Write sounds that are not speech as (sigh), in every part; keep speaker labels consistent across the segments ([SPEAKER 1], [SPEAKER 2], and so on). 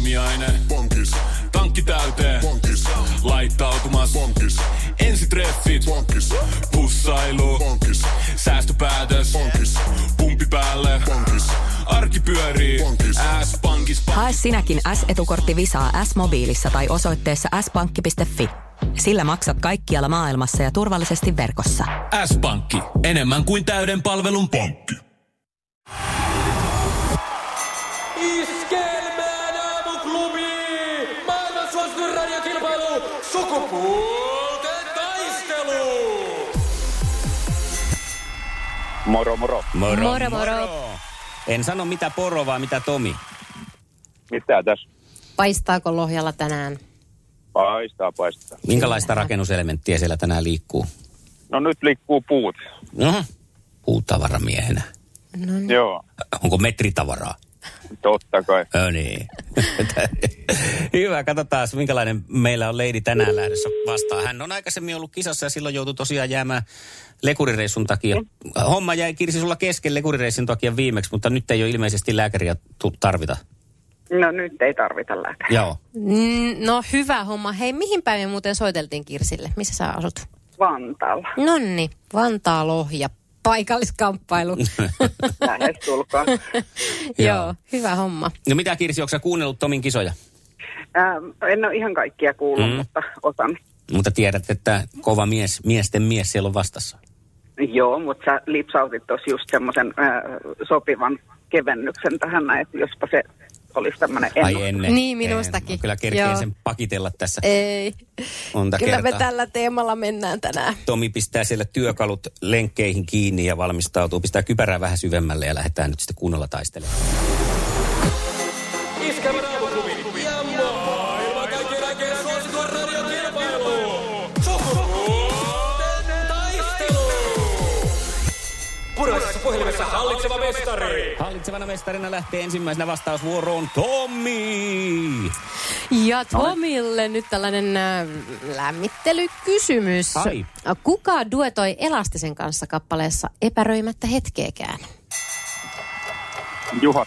[SPEAKER 1] Aamiainen.
[SPEAKER 2] Pankis,
[SPEAKER 1] Tankki täyteen.
[SPEAKER 2] pankis,
[SPEAKER 1] Laittautumas.
[SPEAKER 2] pankis,
[SPEAKER 1] Ensitreffit.
[SPEAKER 2] pankis,
[SPEAKER 1] Pussailu.
[SPEAKER 2] pankis,
[SPEAKER 1] Säästöpäätös.
[SPEAKER 2] pankis,
[SPEAKER 1] Pumpi päälle.
[SPEAKER 2] pankis,
[SPEAKER 1] Arki pyörii.
[SPEAKER 2] Pankis.
[SPEAKER 1] S-pankis.
[SPEAKER 3] Hae sinäkin S-etukortti Visaa S-mobiilissa tai osoitteessa s-pankki.fi. Sillä maksat kaikkialla maailmassa ja turvallisesti verkossa.
[SPEAKER 1] S-pankki. Enemmän kuin täyden palvelun pankki.
[SPEAKER 4] Iskelmään aamuklubi! Maailman suosituin radiokilpailu! Sukupuolten taistelu!
[SPEAKER 5] Moro, moro.
[SPEAKER 6] Moro,
[SPEAKER 7] Moro, moro.
[SPEAKER 6] En sano mitä poro, vaan mitä Tomi.
[SPEAKER 5] Mitä tässä?
[SPEAKER 7] Paistaako Lohjalla tänään?
[SPEAKER 5] Paistaa, paistaa.
[SPEAKER 6] Minkälaista rakennuselementtiä siellä tänään liikkuu?
[SPEAKER 5] No nyt liikkuu puut.
[SPEAKER 6] No, puutavaramiehenä.
[SPEAKER 5] Joo,
[SPEAKER 6] Onko metritavaraa?
[SPEAKER 5] totta kai.
[SPEAKER 6] No niin. (laughs) Hyvä, katsotaan minkälainen meillä on Leidi tänään lähdössä vastaan. Hän on aikaisemmin ollut kisassa ja silloin joutui tosiaan jäämään lekurireissun takia. Homma jäi Kirsi sulla kesken lekurireissun takia viimeksi, mutta nyt ei ole ilmeisesti lääkäriä tu- tarvita.
[SPEAKER 8] No nyt ei tarvita lääkäriä.
[SPEAKER 6] Joo.
[SPEAKER 7] Mm, No hyvä homma. Hei, mihin päin me muuten soiteltiin Kirsille? Missä sä asut?
[SPEAKER 8] Vantaalla.
[SPEAKER 7] Nonni, Vantaa Lohja.
[SPEAKER 6] (laughs)
[SPEAKER 7] Paikalliskamppailu.
[SPEAKER 8] Lähes tulkoon.
[SPEAKER 7] Joo, hyvä homma.
[SPEAKER 6] No mitä Kirsi, onko sä kuunnellut Tomin kisoja?
[SPEAKER 8] Ähm, en ole ihan kaikkia kuullut,
[SPEAKER 6] Mm.
[SPEAKER 8] mm. mutta osan.
[SPEAKER 6] Mutta tiedät, että kova mies, miesten mies siellä on vastassa.
[SPEAKER 8] Joo, mutta sä lipsautit tuossa just semmoisen sopivan kevennyksen tähän näin, että jospa se olisi tämmöinen
[SPEAKER 6] Ai ennen.
[SPEAKER 7] Niin, minustakin.
[SPEAKER 6] En, kyllä kerkeen
[SPEAKER 7] Joo.
[SPEAKER 6] sen pakitella tässä
[SPEAKER 7] Ei.
[SPEAKER 6] monta
[SPEAKER 7] Kyllä
[SPEAKER 6] kertaa.
[SPEAKER 7] me tällä teemalla mennään tänään.
[SPEAKER 6] Tomi pistää siellä työkalut lenkkeihin kiinni ja valmistautuu. Pistää kypärää vähän syvemmälle ja lähdetään nyt sitten kunnolla taistelemaan.
[SPEAKER 4] Iskelmän aamuklubi! Ja maailman kaikkien aikeen suosituin radiokilpailu! Sukupuolten taistelu! Puraisessa puhelimessa hallitseva mestari!
[SPEAKER 6] Hallitsevana mestarina lähtee ensimmäisenä vastausvuoroon Tommi!
[SPEAKER 7] Ja Tomille nyt tällainen äh, lämmittelykysymys.
[SPEAKER 6] Ai.
[SPEAKER 7] Kuka duetoi Elastisen kanssa kappaleessa epäröimättä hetkeäkään?
[SPEAKER 5] Juha,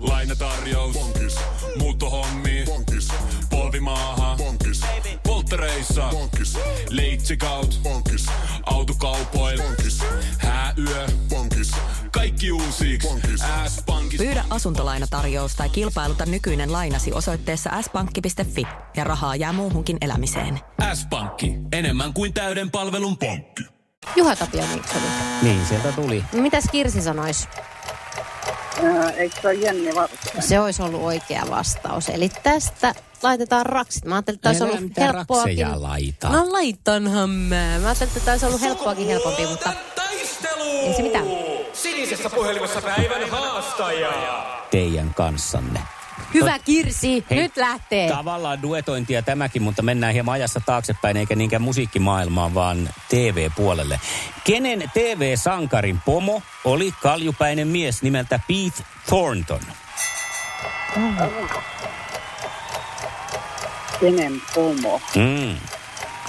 [SPEAKER 1] Lainatarjous.
[SPEAKER 2] pankis,
[SPEAKER 1] Muuttohommi.
[SPEAKER 2] pankis,
[SPEAKER 1] Polvimaaha.
[SPEAKER 2] pankis,
[SPEAKER 1] Polttereissa.
[SPEAKER 2] pankis,
[SPEAKER 1] Leitsikaut.
[SPEAKER 2] pankis,
[SPEAKER 1] Autokaupoil.
[SPEAKER 2] pankis,
[SPEAKER 1] Hääyö.
[SPEAKER 2] pankis,
[SPEAKER 1] Kaikki uusi.
[SPEAKER 2] Pankis.
[SPEAKER 1] S-pankki.
[SPEAKER 3] Pyydä asuntolainatarjous tai kilpailuta nykyinen lainasi osoitteessa s-pankki.fi ja rahaa jää muuhunkin elämiseen.
[SPEAKER 1] S-pankki. Enemmän kuin täyden palvelun pankki.
[SPEAKER 7] Juha Tapio Mikkonen.
[SPEAKER 6] Niin, sieltä tuli.
[SPEAKER 7] No Mitäs Kirsi sanoisi?
[SPEAKER 8] Ää, Äh, eikö se ole Jenni Vartinen?
[SPEAKER 7] Se olisi ollut oikea vastaus. Eli tästä laitetaan raksit. Mä ajattelin, että olisi
[SPEAKER 6] Älä
[SPEAKER 7] ollut
[SPEAKER 6] mitään
[SPEAKER 7] helppoakin.
[SPEAKER 6] rakseja laita.
[SPEAKER 7] No laitanhan mä. Mä ajattelin, että olisi ollut helppoakin helpompi, mutta
[SPEAKER 4] Sukupuolten taistelu!
[SPEAKER 7] ei se mitään.
[SPEAKER 4] Sinisessä puhelimessa päivän haastaja!
[SPEAKER 6] Teidän kanssanne.
[SPEAKER 7] Hyvä Kirsi,
[SPEAKER 6] Hei.
[SPEAKER 7] nyt lähtee.
[SPEAKER 6] Tavallaan duetointia tämäkin, mutta mennään hieman ajassa taaksepäin, eikä niinkään musiikkimaailmaan, vaan TV-puolelle. Kenen TV-sankarin pomo oli kaljupäinen mies nimeltä Pete Thornton?
[SPEAKER 8] Kenen pomo?
[SPEAKER 6] Mm,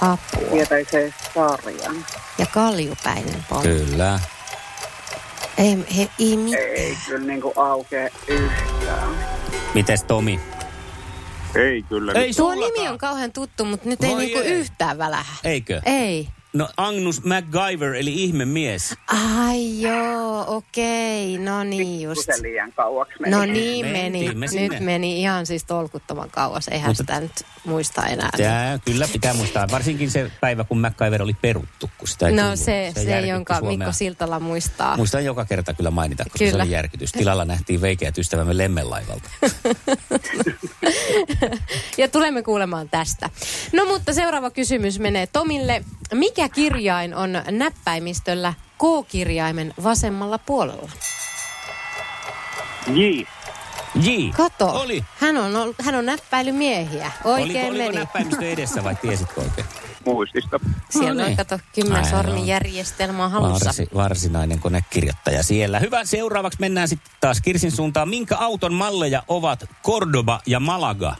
[SPEAKER 7] Apua.
[SPEAKER 8] Tietäisi se sarjan.
[SPEAKER 7] Ja kaljupäinen pomo.
[SPEAKER 6] kyllä.
[SPEAKER 7] Ei, he, ei mitään.
[SPEAKER 8] Ei kyllä niinku aukea yhtään.
[SPEAKER 6] Mites Tomi?
[SPEAKER 5] ei kyllä.
[SPEAKER 6] Ei
[SPEAKER 7] Tuo nimi on kauhean tuttu, mutta nyt ei
[SPEAKER 6] Voi
[SPEAKER 7] niinku
[SPEAKER 6] ei.
[SPEAKER 7] yhtään välähä.
[SPEAKER 6] Eikö?
[SPEAKER 7] Ei.
[SPEAKER 6] No Agnus MacGyver, eli ihmemies.
[SPEAKER 7] Ai joo, okei. No niin just.
[SPEAKER 8] Se liian kauaksi meni.
[SPEAKER 7] No niin meni.
[SPEAKER 6] Mentiin me sinne.
[SPEAKER 7] Nyt meni ihan siis tolkuttoman kauas. Eihän
[SPEAKER 6] Mutta-
[SPEAKER 7] sitä nyt muista enää.
[SPEAKER 6] Tää, kyllä pitää muistaa. Varsinkin se päivä, kun MacGyver oli peruttu, kun sitä ei
[SPEAKER 7] No
[SPEAKER 6] tullut.
[SPEAKER 7] se, se
[SPEAKER 6] järkytti
[SPEAKER 7] jonka
[SPEAKER 6] Suomea.
[SPEAKER 7] Mikko Siltala muistaa.
[SPEAKER 6] Muistan joka kerta kyllä mainita, koska kyllä. se
[SPEAKER 7] Ah. Kyllä.
[SPEAKER 6] oli järkytys. Tilalla nähtiin veikeät ystävämme lemmenlaivalta.
[SPEAKER 7] (laughs) Ja tulemme kuulemaan tästä. No mutta seuraava kysymys menee Tomille. Mikä kirjain on näppäimistöllä K-kirjaimen vasemmalla puolella?
[SPEAKER 5] J.
[SPEAKER 6] J.
[SPEAKER 7] Kato,
[SPEAKER 6] Oli.
[SPEAKER 7] Hän, on, ollut- hän on näppäilymiehiä. Oikein
[SPEAKER 6] Oliko,
[SPEAKER 7] meni. (laughs)
[SPEAKER 6] oliko näppäimistö edessä vai tiesitkö oikein?
[SPEAKER 5] muistista.
[SPEAKER 7] Siellä
[SPEAKER 6] No
[SPEAKER 7] on,
[SPEAKER 6] niin.
[SPEAKER 7] kato, kymmenen
[SPEAKER 6] Aivan.
[SPEAKER 7] sormin järjestelmä on halussa.
[SPEAKER 6] Varsi, varsinainen konekirjoittaja siellä. Hyvä, seuraavaksi mennään sitten taas Kirsin suuntaan. Minkä auton malleja ovat Cordoba ja Malaga?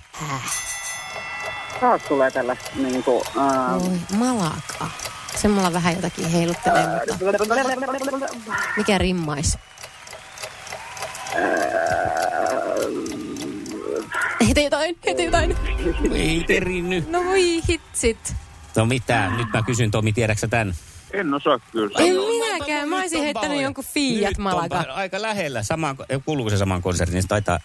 [SPEAKER 8] Taas tulee tällaista niin kuin,
[SPEAKER 7] Voi, malaka. Se mulla vähän jotakin heiluttelee, mutta mikä rimmais? Heitä jotain, heitä jotain.
[SPEAKER 6] Ei terinny.
[SPEAKER 7] No voi hitsit.
[SPEAKER 6] No mitä, nyt mä kysyn Tomi, tiedäksä tämän?
[SPEAKER 5] En osaa kyllä.
[SPEAKER 7] En
[SPEAKER 6] No,
[SPEAKER 7] minäkään, mä
[SPEAKER 6] nyt
[SPEAKER 7] olisin
[SPEAKER 6] on
[SPEAKER 7] heittänyt
[SPEAKER 6] pahoja.
[SPEAKER 7] jonkun Fiat
[SPEAKER 6] Nyt on
[SPEAKER 7] Malaga.
[SPEAKER 6] pahoja. Aika lähellä, sama, kuuluuko se samaan konserniin, niin se taitaa,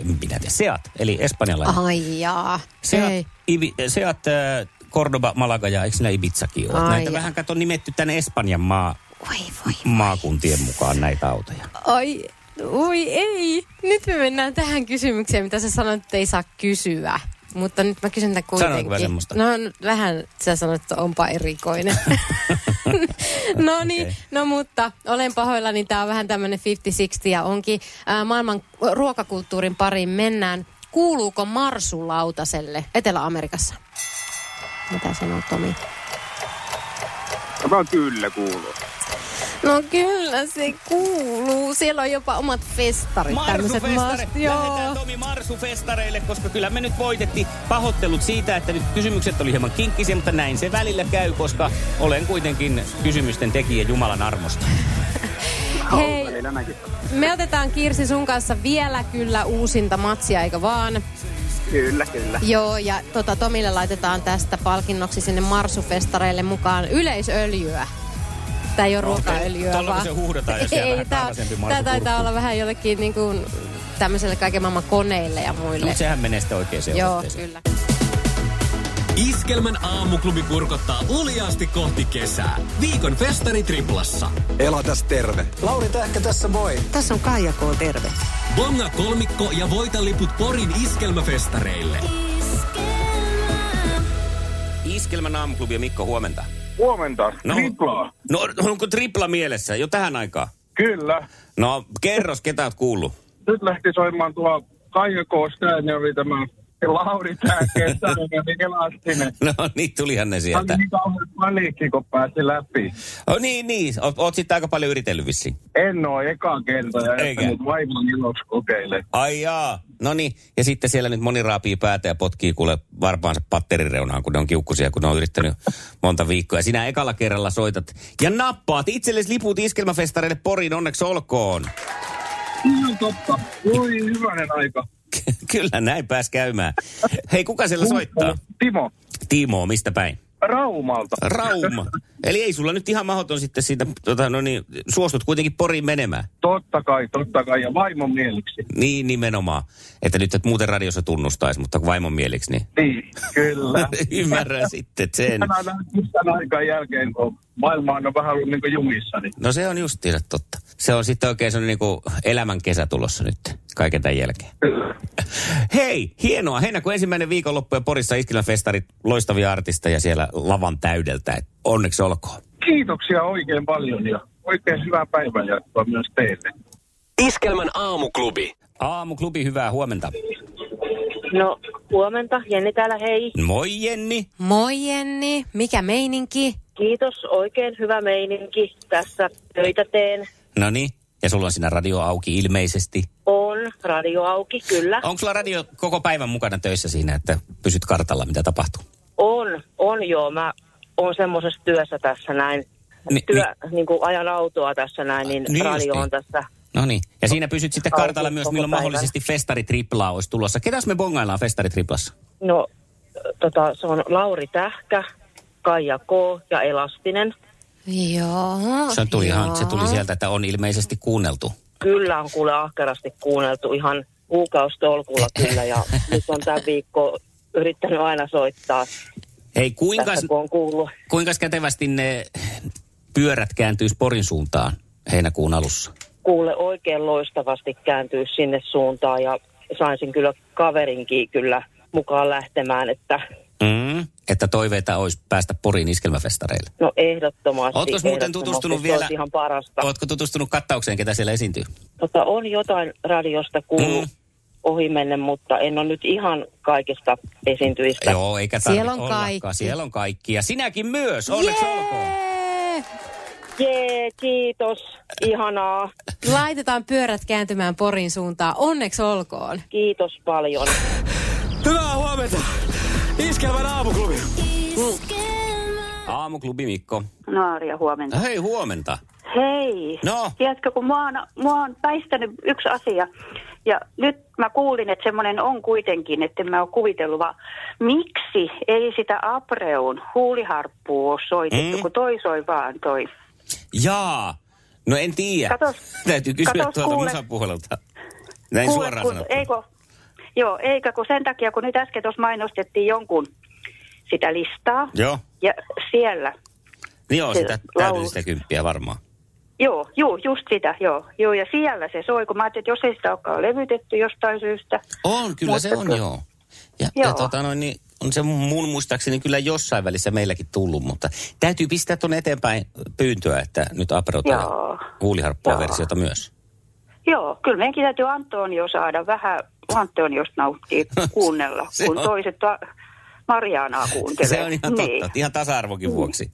[SPEAKER 6] en minä tiedä, Seat, eli espanjalainen.
[SPEAKER 7] Ai jaa.
[SPEAKER 6] Seat,
[SPEAKER 7] Ei.
[SPEAKER 6] Ibi, Seat äh, Cordoba, Malaga ja eikö siinä Ibizakin ole?
[SPEAKER 7] Ai
[SPEAKER 6] Näitä
[SPEAKER 7] jaa.
[SPEAKER 6] vähän kato nimetty tänne Espanjan maa,
[SPEAKER 7] Voi voi.
[SPEAKER 6] maakuntien mukaan näitä autoja.
[SPEAKER 7] Ai, oi ei. Nyt me mennään tähän kysymykseen, mitä sä sanoit, että ei saa kysyä. Mutta nyt mä kysyn tämän
[SPEAKER 6] Sanoinko mä
[SPEAKER 7] kuitenkin.
[SPEAKER 6] semmoista?
[SPEAKER 7] No n- vähän sä sanoit, että onpa erikoinen.
[SPEAKER 6] (laughs)
[SPEAKER 7] no
[SPEAKER 6] Okei.
[SPEAKER 7] niin, okay. no mutta olen pahoillani, tämä on vähän tämmöinen 50-60 ja onkin ää, maailman ruokakulttuurin pariin mennään. Kuuluuko marsulautaselle Etelä-Amerikassa? Mitä sanoo Tomi?
[SPEAKER 5] Tämä kyllä kuuluu.
[SPEAKER 7] No kyllä se kuuluu. Siellä on jopa omat festarit. tämmöiset
[SPEAKER 6] Marsufestare.
[SPEAKER 7] mast- Joo.
[SPEAKER 6] Lähdetään Tomi Marsufestareille, koska kyllä me nyt voitettiin pahoittelut siitä, että nyt kysymykset oli hieman kinkkisiä, mutta näin se välillä käy, koska olen kuitenkin kysymysten tekijä Jumalan armosta.
[SPEAKER 7] Hei,
[SPEAKER 5] Välillä näkin.
[SPEAKER 7] me otetaan Kirsi sun kanssa vielä kyllä uusinta matsia, eikö vaan?
[SPEAKER 8] Kyllä, kyllä.
[SPEAKER 7] Joo, ja tota, Tomille laitetaan tästä palkinnoksi sinne Marsufestareille mukaan yleisöljyä. Tää ei ole
[SPEAKER 6] No,
[SPEAKER 7] ruokaöljyä,
[SPEAKER 6] tuolla kun
[SPEAKER 7] vaan...
[SPEAKER 6] se huuhdotaan,
[SPEAKER 7] (laughs)
[SPEAKER 6] jos jää vähän kaltaisempi marsu
[SPEAKER 7] tää taitaa
[SPEAKER 6] kurkkuun.
[SPEAKER 7] olla vähän jollekin niin kuin, tämmöiselle kaiken maailman koneille ja
[SPEAKER 6] No,
[SPEAKER 7] muille.
[SPEAKER 6] mutta sehän menee sitten oikein se
[SPEAKER 7] Joo, kyllä.
[SPEAKER 1] Iskelmän aamuklubi kurkottaa uljaasti kohti kesää. Viikon festari triplassa.
[SPEAKER 2] Elatas terve. Lauri Tähkä tässä moi.
[SPEAKER 9] Tässä on Kaija K. Terve.
[SPEAKER 1] Bonga kolmikko ja voita liput Porin iskelmäfestareille.
[SPEAKER 6] Iskelmän aamuklubi ja Mikko, huomenta.
[SPEAKER 5] Huomenta.
[SPEAKER 6] No.
[SPEAKER 5] Triplaa.
[SPEAKER 6] No, onko tripla mielessä jo tähän aikaan?
[SPEAKER 5] Kyllä.
[SPEAKER 6] No, kerros, ketä oot kuullut?
[SPEAKER 5] Nyt lähti soimaan tuo Kaija Koostain ja oli tämä Lauri Tähkeen niin elastinen.
[SPEAKER 6] No (laughs) niin, tulihan ne
[SPEAKER 5] Tämä oli
[SPEAKER 6] sieltä.
[SPEAKER 5] niin kauhean paniikki, kun pääsi läpi.
[SPEAKER 6] Oh, niin, niin, oot, oot sitten aika paljon yritellyt vissiin.
[SPEAKER 5] En ole eka kerta ja
[SPEAKER 6] Eikä.
[SPEAKER 5] että nyt vaimon iloksi kokeile.
[SPEAKER 6] Ai jaa. No niin, ja sitten siellä nyt moni raapii päätä ja potkii kuule varpaansa patterireunaan, kun ne on kiukkusia, kun ne on yrittänyt monta viikkoa. Ja sinä ekalla kerralla soitat ja nappaat itsellesi liput iskelmäfestareille Poriin, onneksi olkoon. (laughs)
[SPEAKER 5] Ihan totta. Voi hyvänen aika.
[SPEAKER 6] Kyllä näin pääs käymään. Hei, kuka siellä soittaa?
[SPEAKER 5] Timo,
[SPEAKER 6] Timo, mistä päin?
[SPEAKER 5] Raumalta.
[SPEAKER 6] Rauma. Eli ei sulla nyt ihan mahdoton sitten siitä, tota, no niin, suostut kuitenkin Poriin menemään.
[SPEAKER 5] Totta kai, totta kai. Ja vaimon mieliksi.
[SPEAKER 6] Niin nimenomaan. Että nyt et muuten radiossa tunnustaisi, mutta kun vaimon mieliksi, niin
[SPEAKER 5] Niin,
[SPEAKER 1] (laughs)
[SPEAKER 5] kyllä.
[SPEAKER 6] ymmärrän sitten sen.
[SPEAKER 5] Tänään tämän aikaan jälkeen, kun maailma on vähän ollut niin jumissa, niin
[SPEAKER 6] No se on justiinsa totta. Se on sitten oikein se niinku elämän kesä tulossa nyt kaiken tämän jälkeen. Hei, hienoa. Heinäkuun ensimmäinen viikonloppu ja Porissa Iskilän festarit, loistavia artisteja siellä lavan täydeltä. Et Onneksi olkoon.
[SPEAKER 5] kiitoksia oikein paljon ja oikein hyvää päivänjatkoa myös teille.
[SPEAKER 1] Iskelmän aamuklubi.
[SPEAKER 6] Aamuklubi, hyvää huomenta.
[SPEAKER 10] No, huomenta. Jenni täällä, hei.
[SPEAKER 6] Moi Jenni.
[SPEAKER 7] Moi Jenni, niin mikä meininki?
[SPEAKER 10] Kiitos, oikein hyvä meininki. Tässä töitä teen.
[SPEAKER 6] No niin, ja sulla on siinä radio auki ilmeisesti.
[SPEAKER 10] On radio auki, kyllä.
[SPEAKER 6] Onko sulla radio koko päivän mukana töissä siinä, että pysyt kartalla, mitä tapahtuu?
[SPEAKER 10] On, on joo. Mä oon semmoisessa työssä tässä näin.
[SPEAKER 6] Ni-
[SPEAKER 10] Työ, niin kuin ajan autoa tässä näin, niin,
[SPEAKER 6] Niin
[SPEAKER 10] radio
[SPEAKER 6] justiin.
[SPEAKER 10] on tässä.
[SPEAKER 6] No niin, ja siinä pysyt sitten
[SPEAKER 10] Auki
[SPEAKER 6] kartalla myös,
[SPEAKER 10] koko
[SPEAKER 6] milloin
[SPEAKER 10] päivän.
[SPEAKER 6] mahdollisesti festaritriplaa olisi tulossa. Ketäs me bongaillaan festaritriplassa?
[SPEAKER 10] No, tota, se on Lauri Tähkä, Kaija K. ja Elastinen. No
[SPEAKER 7] Joo.
[SPEAKER 6] Se tuli ihan, se tuli
[SPEAKER 7] joo.
[SPEAKER 6] sieltä, että on ilmeisesti kuunneltu.
[SPEAKER 10] Kyllä on kuule ahkerasti kuunneltu ihan kuukaustolkulla kyllä
[SPEAKER 4] (laughs)
[SPEAKER 10] ja nyt on tämän viikko yrittänyt aina soittaa
[SPEAKER 6] Hei, kuinka,
[SPEAKER 10] tässä, kun on kuullut.
[SPEAKER 6] kuinka kätevästi ne pyörät kääntyisi Porin suuntaan heinäkuun alussa?
[SPEAKER 10] kuule oikein loistavasti kääntyä sinne suuntaan ja saisin kyllä kaverinkin kyllä mukaan lähtemään, että
[SPEAKER 6] Mm. Että toiveita olisi päästä Porin iskelmäfestareille.
[SPEAKER 10] no ehdottomasti.
[SPEAKER 6] Ootko muuten
[SPEAKER 10] ehdottomasti,
[SPEAKER 6] tutustunut
[SPEAKER 10] se
[SPEAKER 6] vielä?
[SPEAKER 10] olisi ihan parasta.
[SPEAKER 6] Ootko tutustunut kattaukseen, ketä siellä esiintyy?
[SPEAKER 10] Mutta on jotain radiosta kuullut
[SPEAKER 6] Mm.
[SPEAKER 10] mm. ohimenne, mutta en ole nyt ihan kaikista esiintyjistä.
[SPEAKER 6] Joo, eikä tarvitse
[SPEAKER 10] Siellä on kaikki.
[SPEAKER 6] Siellä on kaikki. Ja sinäkin myös. Onneksi yeah! olkoon.
[SPEAKER 10] Jee, kiitos. Ihanaa.
[SPEAKER 7] Laitetaan pyörät kääntymään Porin suuntaan. Onneksi olkoon.
[SPEAKER 10] Kiitos paljon.
[SPEAKER 2] Hyvää huomenta. Iskelmän aamuklubi.
[SPEAKER 6] Mm. Aamuklubi Mikko.
[SPEAKER 11] No Arja, huomenta.
[SPEAKER 6] Hei, huomenta.
[SPEAKER 11] Hei.
[SPEAKER 6] No.
[SPEAKER 11] Tiedätkö, kun mua on, mua on päistänyt yksi asia. Ja nyt mä kuulin, että semmoinen on kuitenkin, että mä oon kuvitellut vaan, miksi ei sitä Apreun huuliharppua ole soitettu,
[SPEAKER 6] Mm.
[SPEAKER 11] mm. kun toi soi vaan toi.
[SPEAKER 6] Jaa. No en tiedä.
[SPEAKER 11] Katos-
[SPEAKER 6] Täytyy kysyä
[SPEAKER 11] katos,
[SPEAKER 6] tuolta
[SPEAKER 11] kuule.
[SPEAKER 6] musapuhelulta. Näin
[SPEAKER 11] Kuule,
[SPEAKER 6] suoraan
[SPEAKER 11] kun,
[SPEAKER 6] sanottuna.
[SPEAKER 11] eikö, Joo, eikä kun sen takia, kun nyt äsken tuossa mainostettiin jonkun sitä listaa.
[SPEAKER 6] Joo.
[SPEAKER 11] Ja siellä,
[SPEAKER 6] Niin Joo,
[SPEAKER 11] Se
[SPEAKER 6] sitä täytyy
[SPEAKER 11] laulu.
[SPEAKER 6] sitä kymppiä varmaan.
[SPEAKER 11] joo, joo, just sitä, joo. Joo, ja siellä se soi, kun mä ajattelin, että jos ei sitä olekaan levytetty jostain syystä.
[SPEAKER 6] On, kyllä se
[SPEAKER 11] Mutta
[SPEAKER 6] on,
[SPEAKER 11] kun-
[SPEAKER 6] joo. Ja, ja
[SPEAKER 11] Joo.
[SPEAKER 6] tota noin, niin on se mun muistaakseni kyllä jossain välissä meilläkin tullut, mutta täytyy pistää tuonne eteenpäin pyyntöä, että nyt aperotaan
[SPEAKER 11] Joo.
[SPEAKER 6] huuliharppua
[SPEAKER 11] Joo.
[SPEAKER 6] versiota myös.
[SPEAKER 11] Joo, kyllä meidänkin täytyy Antonio saada vähän Antoniosta
[SPEAKER 6] (laughs)
[SPEAKER 11] nauttia kuunnella,
[SPEAKER 6] No, Se
[SPEAKER 11] kun
[SPEAKER 6] on-
[SPEAKER 11] toiset ta- Marianaa kuuntelee.
[SPEAKER 6] Se on ihan totta,
[SPEAKER 11] Niin,
[SPEAKER 6] ihan tasa-arvonkin vuoksi.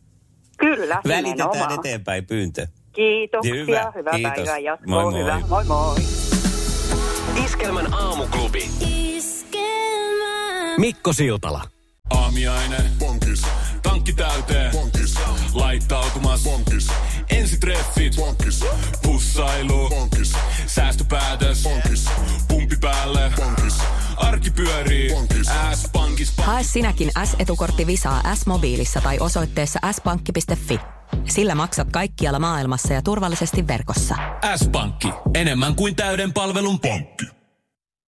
[SPEAKER 11] kyllä,
[SPEAKER 6] Välitetään
[SPEAKER 11] nimenomaan.
[SPEAKER 6] eteenpäin pyyntö.
[SPEAKER 11] Kiitoksia,
[SPEAKER 6] Hyvä,
[SPEAKER 11] hyvä, hyvää
[SPEAKER 6] kiitos.
[SPEAKER 11] päivää jatkoa,
[SPEAKER 6] Moi moi.
[SPEAKER 11] hyvä, moi moi.
[SPEAKER 1] Iskelmän aamuklubi. Mikko Siltala.
[SPEAKER 4] Aamiainen. Bonkis. Tankki täyteen. Bonkis. Laittautumas. Bonkis. Ensitreffit. Bonkis. Pussailu. Bonkis. Säästöpäätös. Bonkis. Pumpi päälle. Bonkis. Arki pyörii. Bonkis. S-pankis.
[SPEAKER 3] Hae sinäkin S-etukortti Visaa S-mobiilissa tai osoitteessa s-pankki.fi. Sillä maksat kaikkialla maailmassa ja turvallisesti verkossa.
[SPEAKER 4] S-pankki. Enemmän kuin täyden palvelun pankki.